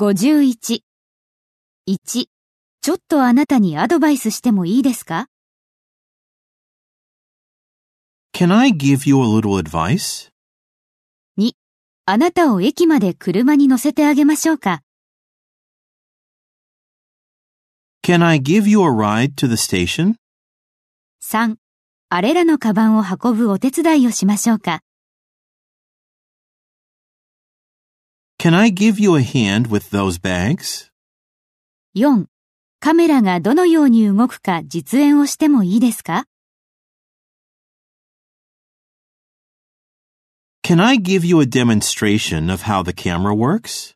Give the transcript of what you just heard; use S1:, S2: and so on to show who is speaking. S1: 51。1、ちょっとあなたにアドバイスしてもいいですか
S2: Can I give you a little advice?
S1: あなたを駅まで車に乗せてあげましょうか
S2: Can I give you a ride to the station?
S1: 3、あれらのカバンを運ぶお手伝いをしましょうか
S2: Can I give you a hand with those bags?
S1: 4、カメラがどのように動くか実演をしてもいいですか
S2: Can I give you a demonstration of how the camera works?